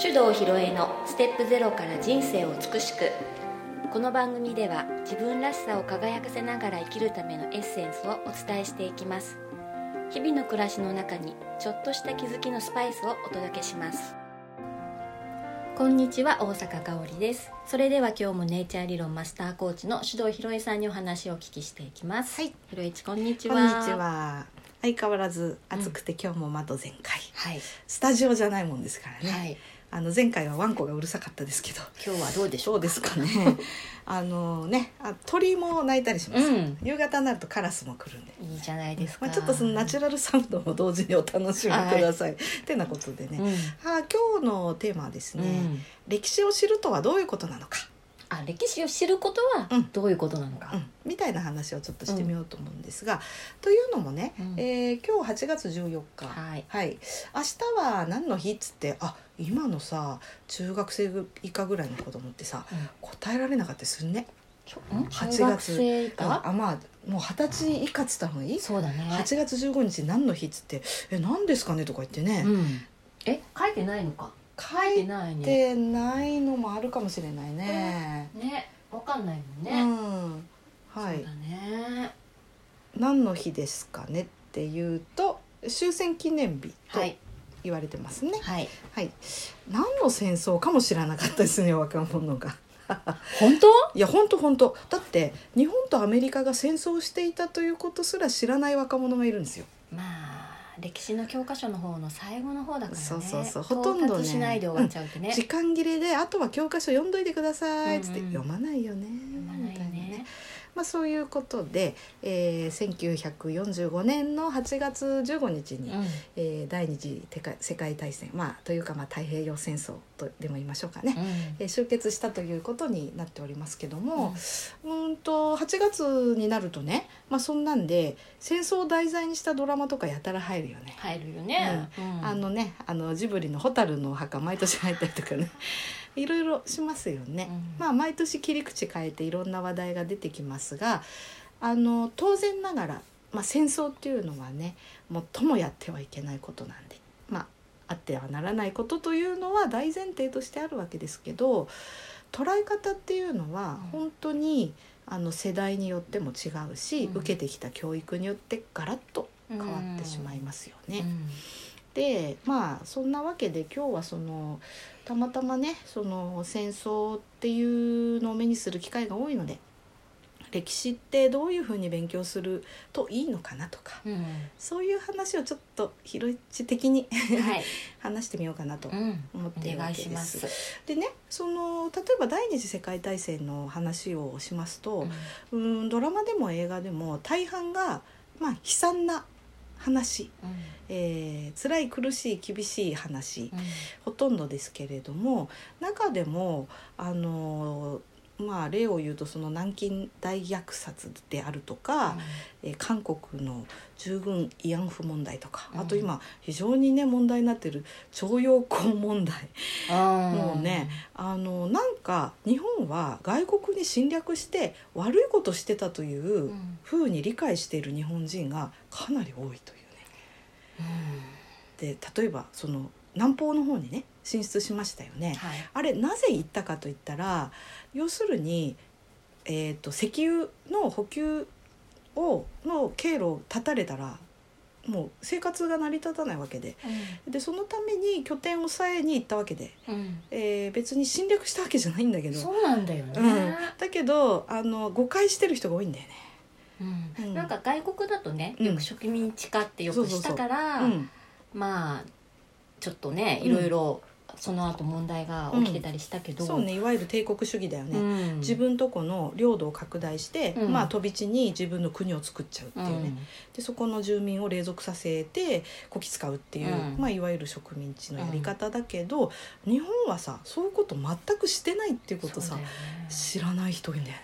手動ひろえのステップゼロから人生を美しくこの番組では自分らしさを輝かせながら生きるためのエッセンスをお伝えしていきます日々の暮らしの中にちょっとした気づきのスパイスをお届けしますこんにちは大阪香織ですそれでは今日もネイチャー理論マスターコーチの手動ひろえさんにお話をお聞きしていきますはいひろえちこんにちこはんにちは。相変わらず暑くて今日も窓全開。はい、スタジオじゃないもんですからね。はいあの前回はワンコがうるさかったですけど。今日はどうでしょそううですかね。 あのね、あ鳥も鳴いたりします、うん夕方になるとカラスも来るんで。いいじゃないですか、まあちょっとそのナチュラルサウンドも同時にお楽しみください。ってなことでね。うんあー今日のテーマはですね、うん歴史を知るとはどういうことなのか、あ歴史を知ることはうんどういうことなのか、うんみたいな話をちょっとしてみようと思うんですが、というのもね、うんえー今日8月14日、はいはい、明日は何の日っつってあ今のさ中学生以下ぐらいの子供ってさうん答えられなかったりするねちょん8中学生以下、あまあもう二十歳以下っつった方がいいそうだね、 8月15日何の日っつって「え何ですかね?」とか言ってね、うん、え書いてないのか書いてない書いねてないのもあるかもしれないね。ねわかんないもんうね、んはそういだ、ね何の日ですかねっていうと終戦記念日とはい言われてますね。はいはい、何の戦争かも知らなかったですね若者が。本当いや本当本当だって日本とアメリカが戦争していたということすら知らない若者がいるんですよ。まあ歴史の教科書の方の最後の方だからねそうそうそう到ほとんどね達しないで終わっちゃうってね、時間切れであとは教科書読んどいてくださいっつって、うんうん読まないよね読まないよみたいねなねまあ、そういうことで、えー、1945年の8月15日に、うんえー第二次世界世界大戦、まあ、というかまあ太平洋戦争とでも言いましょうかね、えー終結したということになっておりますけども、うーんと8月になるとね、まあ、そんなんで戦争を題材にしたドラマとかやたら入るよね。入るよね、うんあのねあのジブリの「蛍のお墓」毎年入ったりとかねいろいろしますよね。うんまあ、毎年切り口変えていろんな話題が出てきますがあの当然ながら、まあ、戦争っていうのはね最もやってはいけないことなんで、まあ、あってはならないことというのは大前提としてあるわけですけど捉え方っていうのはうん本当に、あの世代によっても違うし、うん受けてきた教育によってガラッと変わってしまいますよね。うんでまあそんなわけで今日はそのたまたまねその戦争っていうのを目にする機会が多いので歴史ってどういうふうに勉強するといいのかなとか うんそういう話をちょっと広一的に はい、話してみようかなとうん、思っていおるわ願いけしで。ますす。でねその例えば第二次世界大戦の話をしますと、うーんドラマでも映画でも大半が、まあ、悲惨な話えー、辛い苦しい厳しい話ほとんどですけれども中でもあのーまあ例を言うとその南京大虐殺であるとか、えー韓国の従軍慰安婦問題とか、うんあと今非常にね問題になってる徴用工問題ももうね、あのなんか日本は外国に侵略して悪いことしてたといううんふうに理解している日本人がかなり多いというね。で例えばその南方の方にね進出しましたよね。はい、あれなぜ行ったかといったら要するに、えー、と石油の補給をの経路を断たれたらもう生活が成り立たないわけででそのために拠点を抑えに行ったわけで、うんえー別に侵略したわけじゃないんだけどそうなんだよね、うんだけどあの誤解してる人が多いんだよね。うんうんなんか外国だとねうんよく植民地化ってよくしたから、うんまあちょっとねうんいろいろその後問題が起きてたりしたけど、そうねいわゆる帝国主義だよね、うん自分とこの領土を拡大して、うんまあ飛び地に自分の国を作っちゃうっていうね、でそこの住民を隷属させてこき使うっていう、うんまあ、いわゆる植民地のやり方だけど、日本はさそういうこと全くしてないっていううこん、とさ、そうだよ知らない人多いんだよね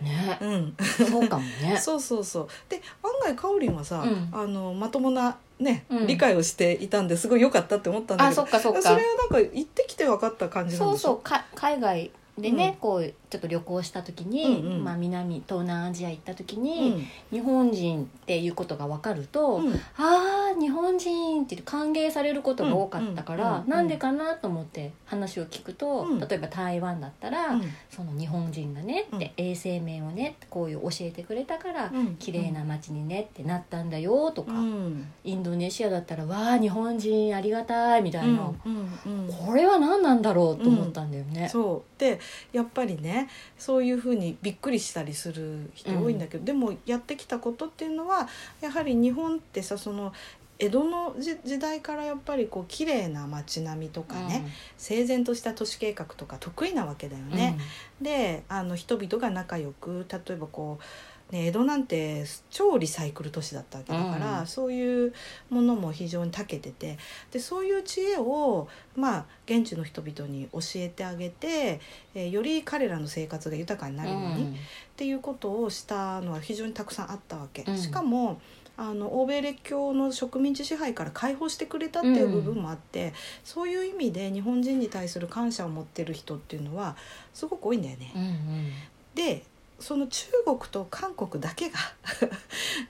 ねね。そうかもうん、ね そうそうそうで案外かおりんはさ、うんあのまともな、ねうん理解をしていたんですごい良かったって思ったんだあけどそっかそっかそれはなんか行ってきて分かった感じなんそでうしそょうか海外でね、うんこうちょっと旅行した時に、うんうんまあ、南東南アジア行った時に、ん日本人っていうことが分かると、うんあー日本人って歓迎されることが多かったから、うんうんなんでかなと思って話を聞くと、うん例えば台湾だったら、その日本人がねって、衛生面をねこういう教えてくれたから、うん綺麗な街にねってなったんだよとうか、んインドネシアだったらわあ日本人ありがたいみたいな、うんうんこれは何なんだろうと思ったんだよね。そうでやっぱりねそういうふうにびっくりしたりする人多いんだけど、でもやってきたことっていうのはやはり日本ってさその江戸の時時代からやっぱりこう綺麗な街並みとかね、整然とした都市計画とか得意なわけだようんね。であの人々が仲良く例えばこう、ね、江戸なんて超リサイクル都市だったわけだから、うんそういうものも非常に長けててでそういう知恵を、まあ、現地の人々に教えてあげて、えーより彼らの生活が豊かになるように、っんていうことをしたのは非常にたくさんあったわけ。うんしかもあの欧米列強の植民地支配から解放してくれたっていう部分もあって、そういう意味で日本人に対する感謝を持ってる人っていうのはすごく多いんだよね。うんうんでその中国と韓国だけが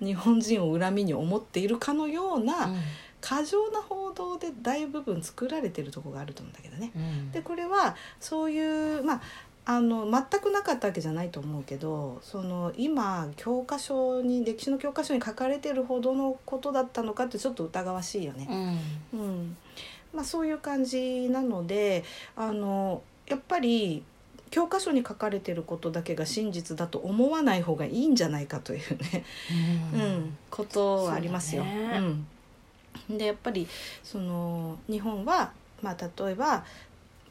日本人を恨みに思っているかのような過剰な報道で大部分作られてるとこがあると思うんだけどね。うんでこれはそういうまああの全くなかったわけじゃないと思うけどその今教科書に歴史の教科書に書かれてるほどのことだったのかってちょっと疑わしいよね。うんうんまあ、そういう感じなのであのやっぱり教科書に書かれてることだけが真実だと思わない方がいいんじゃないかというね、ううんんことはありますよ。うそうだねん、でやっぱりその日本は、まあ、例えば、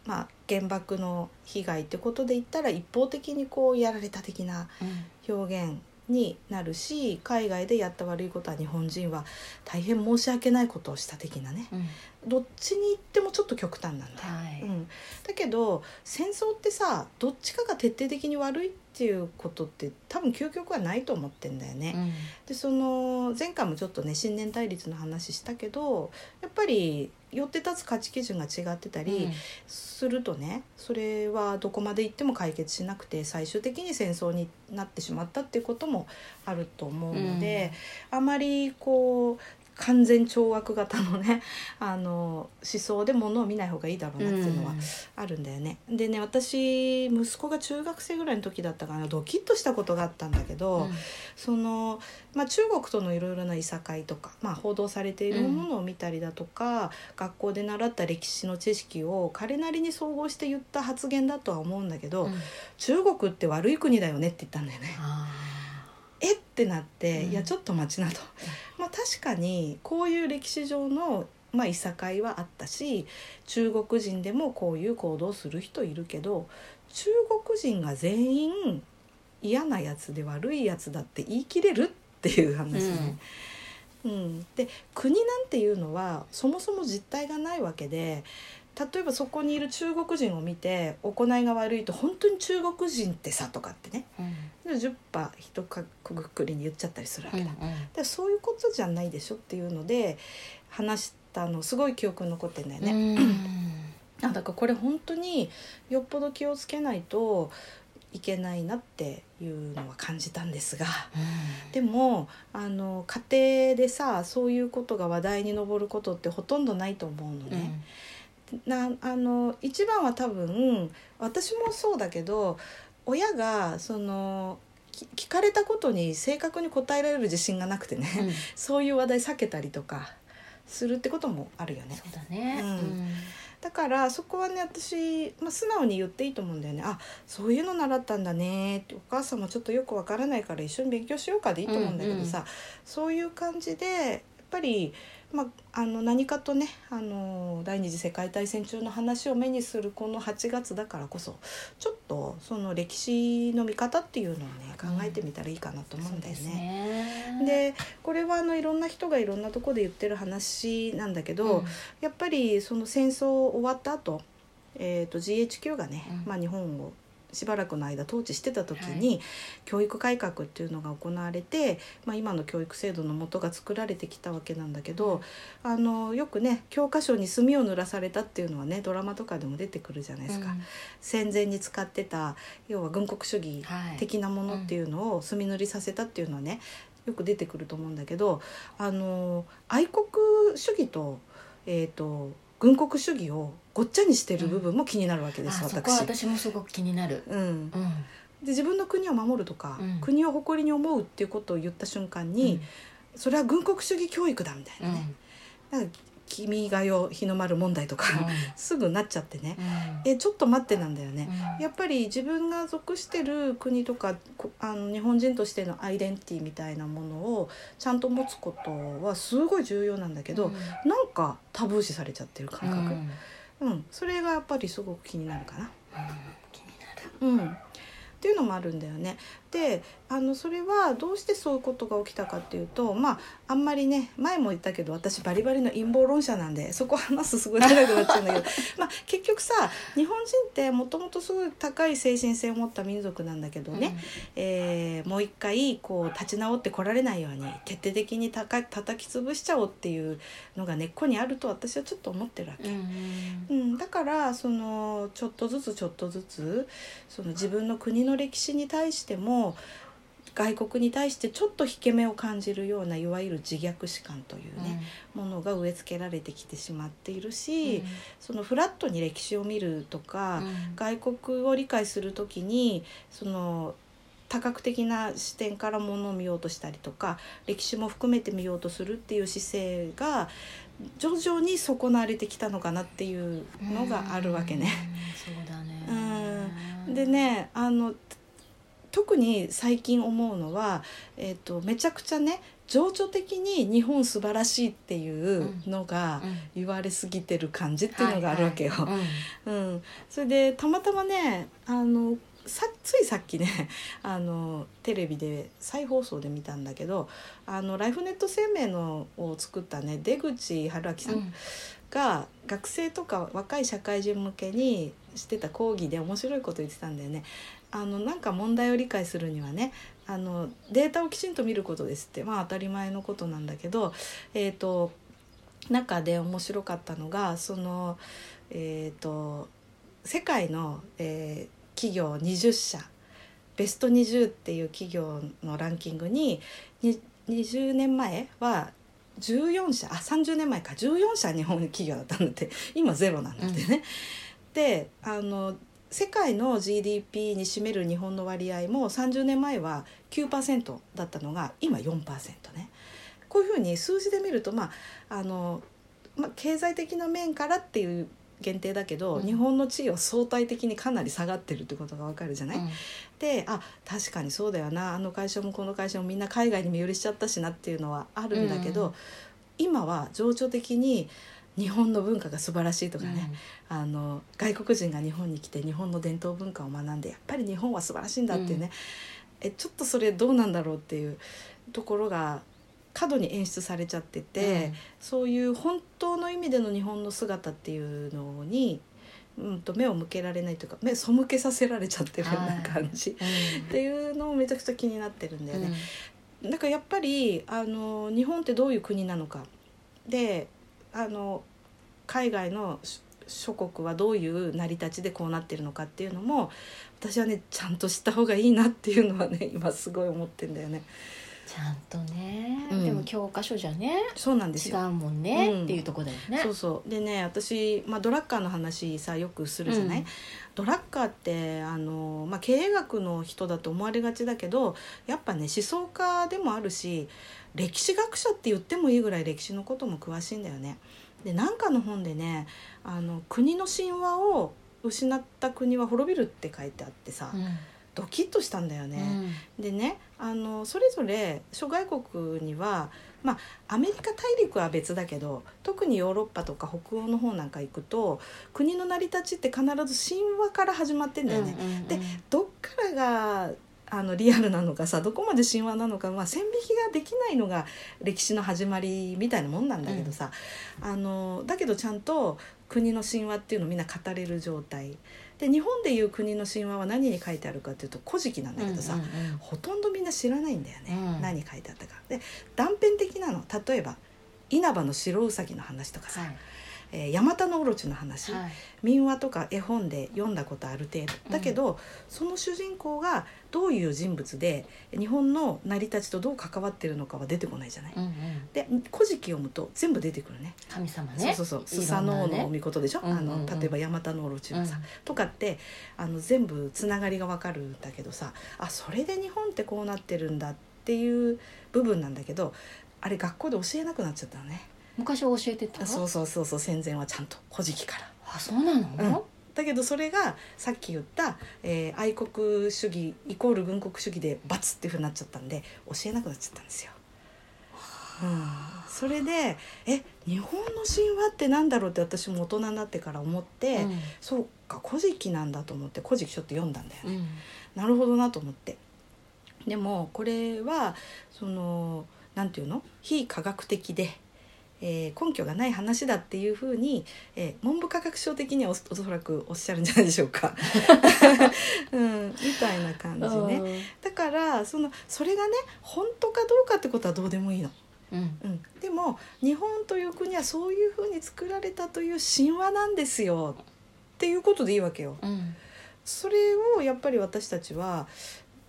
まあ、原爆の被害ってことで言ったら一方的にこうやられた的なうん表現になるし海外でやった悪いことは日本人は大変申し訳ないことをした的なね。うんどっちに行ってもちょっと極端なんだよ、はい、うん、だけど戦争ってさどっちかが徹底的に悪いっていうことって多分究極はないと思ってんだよね。うんでその前回もちょっとね信念対立の話したけどやっぱり寄って立つ価値基準が違ってたりするとね、それはどこまで行っても解決しなくて最終的に戦争になってしまったっていうこともあると思うので。あまりこう完全懲悪型のね あの思想でものを見ない方がいいだろうなっていうのはあるんだよね。でね私息子が中学生ぐらいの時だったかなドキッとしたことがあったんだけど、その、まあ、中国とのいろいろないさかいとか、まあ、報道されているものを見たりだとか、学校で習った歴史の知識を彼なりに総合して言った発言だとは思うんだけど、うん中国って悪い国だよねって言ったんだよね。あえってなって、うんいやちょっと待ちなと、まあ、確かにこういう歴史上の、まあ、いさかいはあったし中国人でもこういう行動をする人いるけど中国人が全員嫌なやつで悪いやつだって言い切れるっていう話ーね。うん、で国なんていうのはそもそも実態がないわけで例えばそこにいる中国人を見て行いが悪いと本当に中国人ってさとかってねうんで10羽一かくくりに言っちゃったりするわうんけだ、でそういうことじゃないでしょっていうので話したのすごい記憶に残ってんだようね、んあだからこれ本当によっぽど気をつけないといけないなっていうのは感じたんですがでもあの家庭でさそういうことが話題に上ることってほとんどないと思ううのんね、なあの一番は多分私もそうだけど親がそのき聞かれたことに正確に答えられる自信がなくてね、うんそういう話題避けたりとかするってこともあるよねそうだねうんだからそこはね私、まあ、素直に言っていいと思うんだよねあそういうの習ったんだねってお母さんもちょっとよくわからないから一緒に勉強しようかでいいと思うんだけどさ、そういう感じでやっぱり、まあ、あの何かとねあの第二次世界大戦中の話を目にするこの8月だからこそちょっとその歴史の見方っていうのをね考えてみたらいいかなと思うんだよね。ねでこれはあのいろんな人がいろんなとこで言ってる話なんだけど、やっぱりその戦争終わった後、えー、と GHQ がね、うんまあ、日本をしばらくの間統治してた時に、教育改革っていうのが行われて、まあ、今の教育制度の元が作られてきたわけなんだけど、あのよくね教科書に墨を塗らされたっていうのはねドラマとかでも出てくるじゃないですか。うん戦前に使ってた要は軍国主義はい的なものっていうのを墨塗りさせたっていうのはねよく出てくると思うんだけどあの愛国主義と,、えー、と軍国主義をごっちゃにしてる部分も気になるわけです、あそこは私。私もすごく気になる、うん、でうん自分の国を守るとか、うん国を誇りに思うっていうことを言った瞬間に、それは軍国主義教育だみたいうんなね、なんか君が代日の丸問題とか、うん すぐなっちゃってね、うんえちょっと待ってなんだよね、うんやっぱり自分が属してる国とかこあの日本人としてのアイデンティティみたいなものをちゃんと持つことはすごい重要なんだけど、うんなんかタブー視されちゃってる感うんう、覚んうんそれがやっぱりすごく気になるかな。うんっていうのもあるんだよね。であのそれはどうしてそういうことが起きたかっていうとまああんまりね前も言ったけど私バリバリの陰謀論者なんでそこ話すとすごい長くなっちゃうんだけどまあ結局さ日本人ってもともとすごい高い精神性を持った民族なんだけどね、えーもう一回こう立ち直ってこられないように徹底的にたか叩き潰しちゃおうっていうのが根っこにあると私はちょっと思ってるわけ。うんうんうん、だからそのちょっとずつちょっとずつその自分の国の歴史に対しても外国に対してちょっと引け目を感じるようないわゆる自虐史観というね、ものが植え付けられてきてしまっているし、そのフラットに歴史を見るとか、外国を理解する時にその多角的な視点からものを見ようとしたりとか歴史も含めて見ようとするっていう姿勢が徐々に損なわれてきたのかなっていううんのがあるわけね。うんそうだねうでねあの特に最近思うのは、えっとめちゃくちゃね情緒的に日本素晴らしいっていうのがうん言われすぎてる感じっていうのがあるわけよ。はいはいうん、それでたまたまねあのさついさっきね あのテレビで再放送で見たんだけどあのライフネット生命のを作ったね出口春明さうんんが学生とか若い社会人向けにしてた講義で面白いこと言ってたんだよね。あのなんか問題を理解するにはねあのデータをきちんと見ることですってまあ当たり前のことなんだけど、えー、と中で面白かったのがその、えー、と世界の、えー企業20社ベスト20っていう企業のランキングにに20年前は14社あ30年前か14社日本企業だったんだって 今ゼロなんだってね。であの世界の GDP に占める日本の割合も30年前は9%だったのが今4%ね。こういうふうに数字で見ると、まああのまあ、経済的な面からっていう限定だけど、うん日本の地位は相対的にかなり下がってるってことがわかるじゃない、うんであ確かにそうだよなあの会社もこの会社もみんな海外に身売りしちゃったしなっていうのはあるんだけど、うん今は情緒的に日本の文化が素晴らしいとかね、あの外国人が日本に来て日本の伝統文化を学んでやっぱり日本は素晴らしいんだっていうね、えちょっとそれどうなんだろうっていうところが過度に演出されちゃってて、うんそういう本当の意味での日本の姿っていうのに、うん、と目を向けられないというか目背けさせられちゃってるようはない感じ、うんっていうのをめちゃくちゃ気になってるんだよね。うんだからやっぱりあの日本ってどういう国なのかであの海外の諸諸国はどういう成り立ちでこうなってるのかっていうのも私はねちゃんとした方がいいなっていうのはね今すごい思ってんだよね。ちゃんとね、うんでも教科書じゃねそうなんです違ようもんね、うんっていうとこだよねそうそうでね私、まあ、ドラッカーの話さよくするじゃない、うんドラッカーってあの、まあ、経営学の人だと思われがちだけどやっぱね思想家でもあるし歴史学者って言ってもいいぐらい歴史のことも詳しいんだよね。でなんかの本でねあの国の神話を失った国は滅びるって書いてあってさ、うんドキッとしたんだよね。うんでねあのそれぞれ諸外国には、まあ、アメリカ大陸は別だけど特にヨーロッパとか北欧の方なんか行くと国の成り立ちって必ず神話から始まってんだよね。うんうんうんでどっからがあのリアルなのかさどこまで神話なのか、まあ、線引きができないのが歴史の始まりみたいなもんなんだけどさ、あのだけどちゃんと国の神話っていうのをみんな語れる状態で日本でいう国の神話は何に書いてあるかっていうと「古事記」なんだけどさ、うんうんうんほとんどみんな知らないんだよね、うん何書いてあったか。で断片的なの例えば稲葉の白うさぎの話とかさ、はいえーヤマタのオロチの話、はい民話とか絵本で読んだことある程度だけど、その主人公がどういう人物で日本の成り立ちとどう関わってるのかは出てこないじゃない。うんうんで「古事記」読むと全部出てくるね。神様そうねそうそうスいサろんノなオのねおみことでしょ、うんうんうんあの例えばヤマタノオロチがさ、うんとかってあの全部つながりがわかるんだけどさあそれで日本ってこうなってるんだっていう部分なんだけどあれ学校で教えなくなっちゃったのね昔は教えてたそうそうそうそう戦前はちゃんと「古事記」から。あそうなのだけどそれがさっき言った、えー愛国主義イコール軍国主義でバツっていうふうになっちゃったんで教えなくなっちゃったんですよ。うん、それでえ日本の神話ってなんだろうって私も大人になってから思って、うんそうか「古事記」なんだと思って「古事記」ちょっと読んだんだよね。うんなるほどなと思ってでもこれはそのなんていうの非科学的で、えー根拠がない話だっていうふうに、えー文部科学省的にはおおそらくおっしゃるんじゃないでしょうか、うん、みたいな感じね。だからそのそれがね本当かどうかってことはどうでもいいの。うんうん、でも日本という国はそういうふうに作られたという神話なんですよっていうことでいいわけよ。うんそれをやっぱり私たちは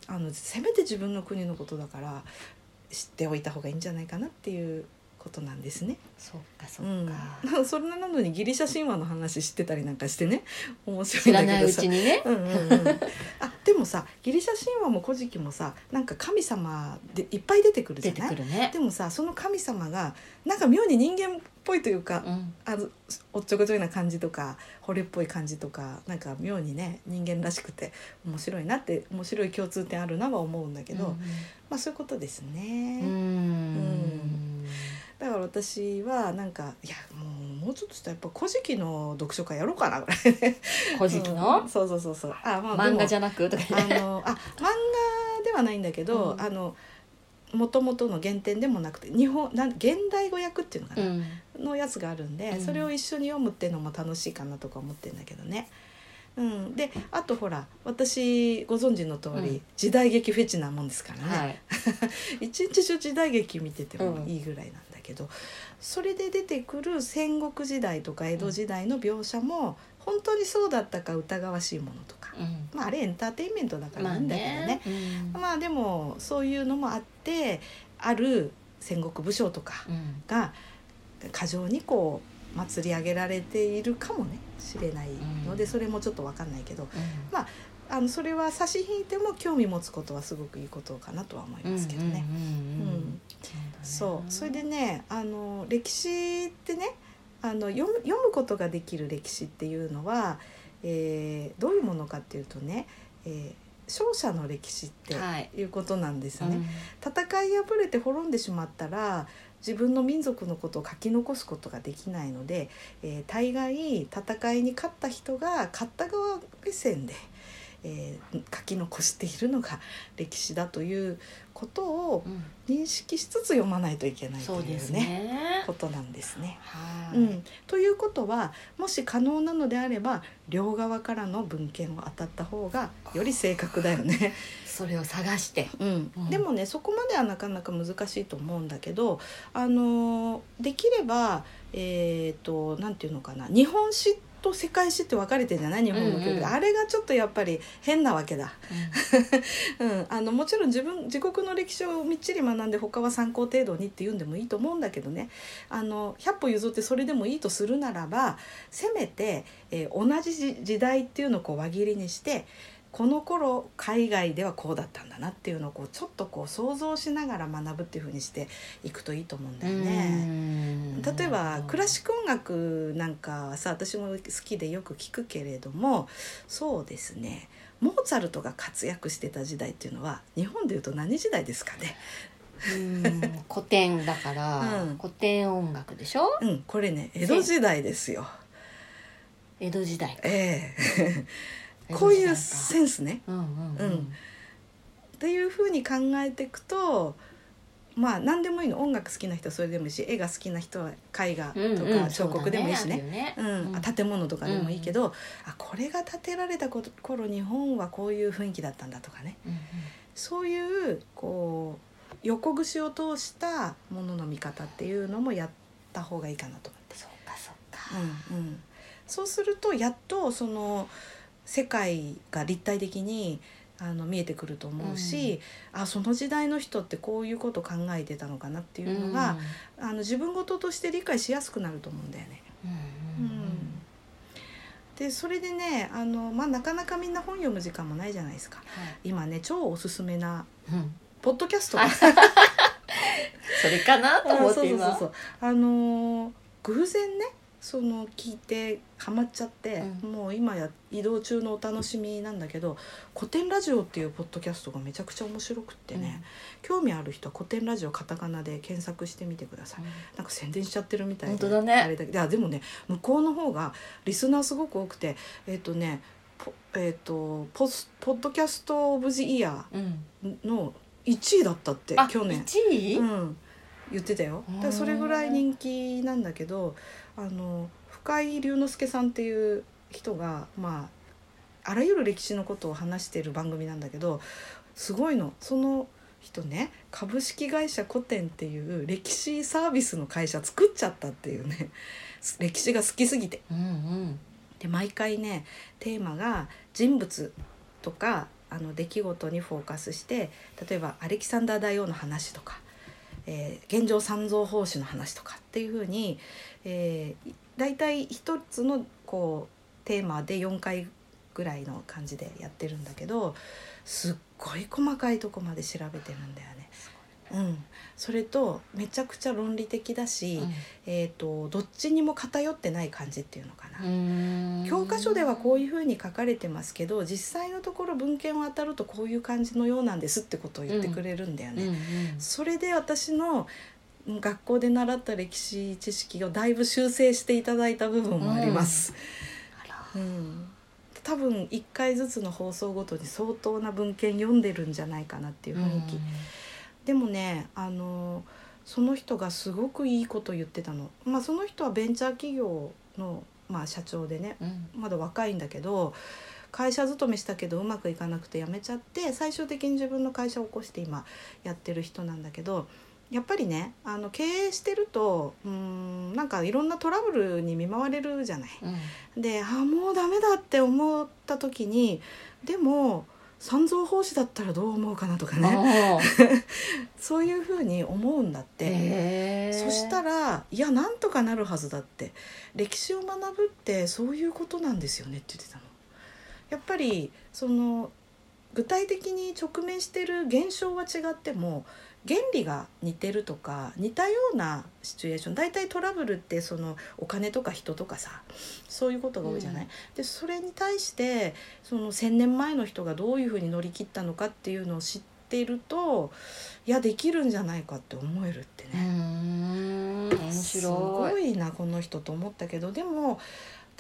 あのせめて自分の国のことだから知っておいた方がいいんじゃないかなっていうことなんですね。そっかそっかうん、 それなのにギリシャ神話の話知ってたりなんかしてね面白知いんだらけどなさいうちにねうんうんうん、あでもさギリシャ神話も古事記もさなんか神様でいっぱい出てくる出じゃてなくいるねでもさその神様がなんか妙に人間っぽいというか、うんあのおっちょこちょいな感じとか惚れっぽい感じとかなんか妙にね人間らしくて面白いなって面白い共通点あるなは思うんだけど、まあそういうことですねう、んうんだから私はなんかいやもうもうちょっとしたらやっぱ「古事記」の読書会やろうかなぐらいね古事記うのんそうそうそうそうあ、まあ、漫画じゃゃなくとかあのあ漫画ではないんだけど、うんあの元々の原点でもなくて日本なん現代語訳っていうのかな、うんのやつがあるんで、うんそれを一緒に読むっていうのも楽しいかなとか思ってんだけどね。うん、であとほら私ご存知の通り、うん時代劇フェチなもんですからね、はい一日中時代劇見ててもいいぐらいなんだけど、それで出てくる戦国時代とか江戸時代の描写も本当にそうだったか疑わしいものとか、うんまあ、あれエンターテインメントだからまいあいんだけどね,、ねうんまあでもそういうのもあってある戦国武将とか、うんが過剰にこう祭り上げられているかもねしれないので、うんそれもちょっと分かんないけどうんあのそれは差し引いても興味持つことはすごくいいことかなとは思いますけどね。うんうんうんうんうんだねそうそれでねあの歴史ってねあの読む読むことができる歴史っていうのは、えーどういうものかっていうとね、えー勝者の歴史ってはいいうことなんですうね。ん戦い破れて滅んでしまったら自分の民族のことを書き残すことができないので、えー大概戦いに勝った人が勝った側目線で、えー書き残しているのが歴史だということをうん認識しつつ読まないといけないとそういですうねねことなんですね。はういん、ということはもし可能なのであれば両側からの文献を当たった方がより正確だよね。それを探 してうんうんでもねそこまではなかなか難しいと思うんだけど、あのーできればえっ、となんていうのかな日本史と世界史って分かれてるじゃない日本の教育で、うんうんあれがちょっとやっぱり変なわけだ、うん、あのもちろん自分自国の歴史をみっちり学んで他は参考程度にって言うんでもいいと思うんだけどねあの100歩譲ってそれでもいいとするならばせめて、えー同じ時時代っていうのをこう輪切りにしてこの頃海外ではこうだったんだなっていうのをこうちょっとこう想像しながら学ぶっていうふうにしていくといいと思うんだよね。ね例えばクラシック音楽なんかはさ私も好きでよく聞くけれどもそうですねモーツァルトが活躍してた時代っていうのは日本でいうと何時代ですかねうん古典だから、うん古典音楽でしょうんこれね江戸時代ですよ。江戸時代かええ 江戸時代かこういうセンスねうんうんうんっていうふうに考えていくとまあ何でもいいの音楽好きな人はそれでもいいし絵が好きな人は絵画うんとうんか彫刻でもいいしね。そううだねん、あ建物とかでもいいけど、あこれが建てられたこ頃日本はこういう雰囲気だったんだとかねうんうんそういうこう横串を通したものの見方っていうのもやった方がいいかなと思って。そうかそうか、うんうん、そうするとやっとその世界が立体的にあの見えてくると思うし、あその時代の人ってこういうこと考えてたのかなっていうのが、あの自分事として理解しやすくなると思うんだよね。うんうんうんでそれでねあの、まあ、なかなかみんな本読む時間もないじゃないですか。はい今ね超おすすめなうんポッドキャストがそれかなと思あっそうてそう今そうそうあのー偶然ねその聞いてハマっちゃって、もう今や移動中のお楽しみなんだけど「古典ラジオ」っていうポッドキャストがめちゃくちゃ面白くってね、興味ある人は「古典ラジオカタカナ」で検索してみてください、なんか宣伝しちゃってるみたいで本当だねあれだけどいやでもね向こうの方がリスナーすごく多くてえっ、とねポえっ、とポスポッドキャスト・オブ・ジ・イヤうん、うんーの1位だったってあ去年一位、うん、言ってたよへーだからそれぐらい人気なんだけどあの深井龍之介さんっていう人がまああらゆる歴史のことを話してる番組なんだけどすごいのその人ね株式会社古典っていう歴史サービスの会社作っちゃったっていうね 歴史が好きすぎて。うんうんで毎回ねテーマが人物とかあの出来事にフォーカスして例えばアレキサンダー大王の話とか、えー現状三蔵法師の話とかっていうふうに、えー、い大体一つのこうテーマで4回ぐらいの感じでやってるんだけどすっごい細かいとこまで調べてるんだよね。うん、それとめちゃくちゃ論理的だし、えー、とどっちにも偏ってない感じっていうのかうな。ん教科書ではこういううふうに書かれてますけど実際のところ文献を当たるとこういう感じのようなんですってことを言ってくれるんだよね。んうんそれで私のうん学校で習った歴史知識をだいぶ修正していただいた部分もあります。あらうん多分1回ずつの放送ごとに相当な文献読んでるんじゃないかなっていう雰囲気、でもねあのその人がすごくいいこと言ってたの、まあ、その人はベンチャー企業の、まあ、社長でねうんうんまだ若いんだけど会社勤めしたけどうまくいかなくて辞めちゃって最終的に自分の会社を起こして今やってる人なんだけどやっぱりねあの経営してるとうーんなんかいろんなトラブルに見舞われるじゃない。うんであーもうダメだって思った時にでも三蔵法師だったらどう思うかなとか ねあーそういうふうに思うんだって。へーそしたらいやなんとかなるはずだって歴史を学ぶってそういうことなんですよねって言ってたの。やっぱりその具体的に直面してる現象は違っても原理が似てるとか似たようなシチュエーション大体トラブルってそのお金とか人とかさそういうことが多いじゃない、うんでそれに対してその1,000年前の人がどういうふうに乗り切ったのかっていうのを知っているといやできるんじゃないかって思えるってね。うーん面すご白いいなこの人と思ったけどでも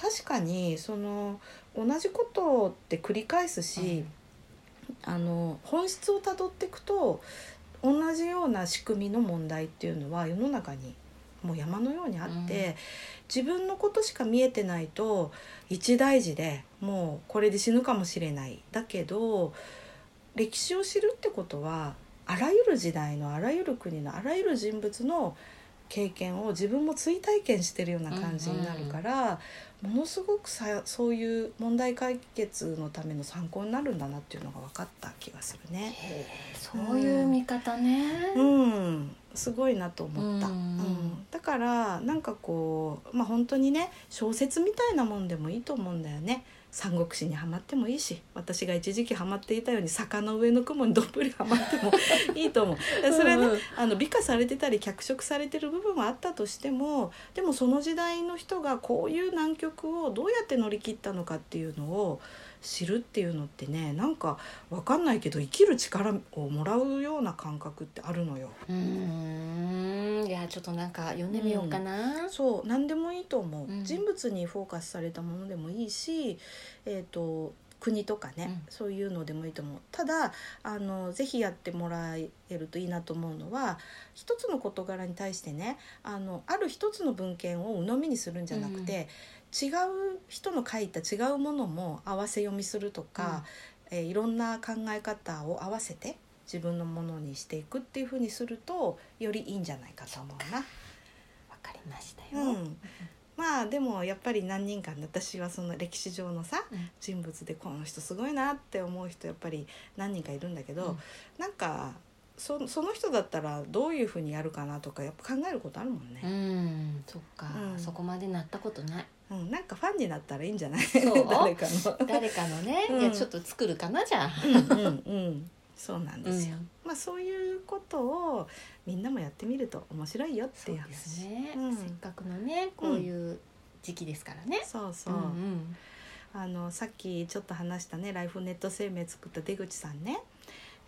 確かにその同じことって繰り返すし、あの本質をたどっていくと同じような仕組みの問題っていうのは世の中にもう山のようにあって、う自分のことしか見えてないと一大事でもうこれで死ぬかもしれないだけど歴史を知るってことはあらゆる時代のあらゆる国のあらゆる人物の経験を自分も追体験してるような感じになるから、ものすごくさそういう問題解決のための参考になるんだなっていうのが分かった気がするね。へーそういう見方ねうん、すごいなと思った、ううんんだからなんかこうまあ本当にね小説みたいなもんでもいいと思うんだよね三国志にはまってもいいし私が一時期はまっていたように坂の上の雲にどっぷりはまってもいいと 思うでそれはねうんうんあの美化されてたり脚色されてる部分はあったとしてもでもその時代の人がこういう難局をどうやって乗り切ったのかっていうのを知るっていうのってねなんかわかんないけど生きる力をもらうような感覚ってあるのよ。うーんいやちょっとなんか読んでみようかな、そう何でもいいと思う、うん人物にフォーカスされたものでもいいし、えー、と国とかね、うんそういうのでもいいと思うただあのぜひやってもらえるといいなと思うのは一つの事柄に対してねあのある一つの文献を鵜呑みにするんじゃなくて、違う人の書いた違うものも合わせ読みするとか、えーいろんな考え方を合わせて自分のものにしていくっていうふうにするとよりいいんじゃないかと思うな。わかりましたうよ、ん、まあでもやっぱり何人か私はその歴史上のさ、うん人物でこの人すごいなって思う人やっぱり何人かいるんだけど、うんなんかそその人だったらどういうふうにやるかなとかやっぱ考えることあるもんうね、んそっか、うんそこまでなったこと ないうんなんかファンになったらいいんじゃないそう 誰か の。誰かのね、うんいやちょっと作るかなじゃあ、うんうんうん、そうなんうでん、すよ、まあそういうことをみんなもやってみると面白いよってそういうです話ね、うんせっかくのねこういう時期ですからね、そううそんう、うんあのさっきちょっと話したね「ライフネット生命」作った出口さんね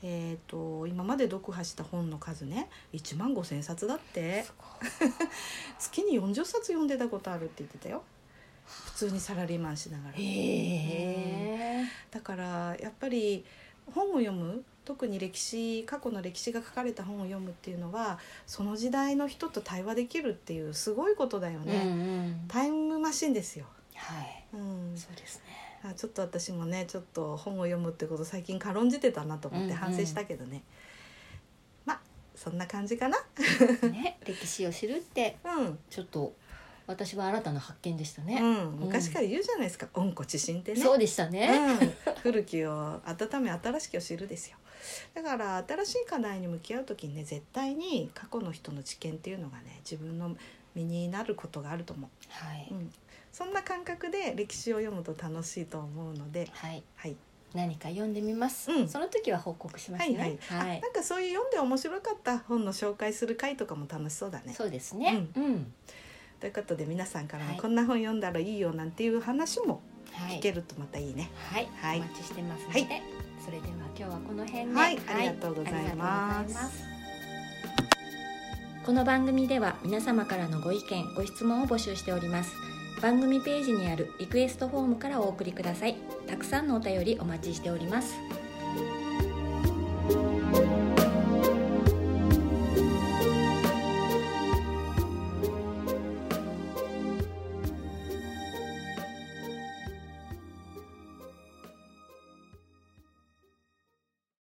えー、と今まで読破した本の数ね1万5,000冊だってすごい 月に40冊読んでたことあるって言ってたよ普通にサラリーマンしながらへえだからやっぱり本を読む特に歴史過去の歴史が書かれた本を読むっていうのはその時代の人と対話できるっていうすごいことだようんね、うんタイムマシンですよ、はいうん、そうですねあちょっと私もねちょっと本を読むってこと最近軽んじてたなと思っうんうてん反省したけどね、まあそんな感じかな ね歴史を知るってうん、ちょっと私は新たな発見でしたうね、ん、昔から言うじゃないですか「温故知新」ってねそうでしたね、うん、古きを温め新しきを知るですよだから新しい課題に向き合う時にね絶対に過去の人の知見っていうのがね自分の身になることがあると思、はいううん、そんな感覚で歴史を読むと楽しいと思うので、はいはい、何か読んでみます、うんその時は報告しますはいはねい、はい、あなんかそういう読んで面白かった本の紹介する回とかも楽しそうだね。そうですねうん、ということで皆さんからもはいこんな本読んだらいいよなんていう話もはい聞けるとまたいいね。はい、はいお待ちしてますので、はいそれでは今日はこの辺で、はいありがとうございあますりがとうございますこの番組では皆様からのご意見ご質問を募集しております番組ページにあるリクエストフォームからお送りくださいたくさんのお便りお待ちしております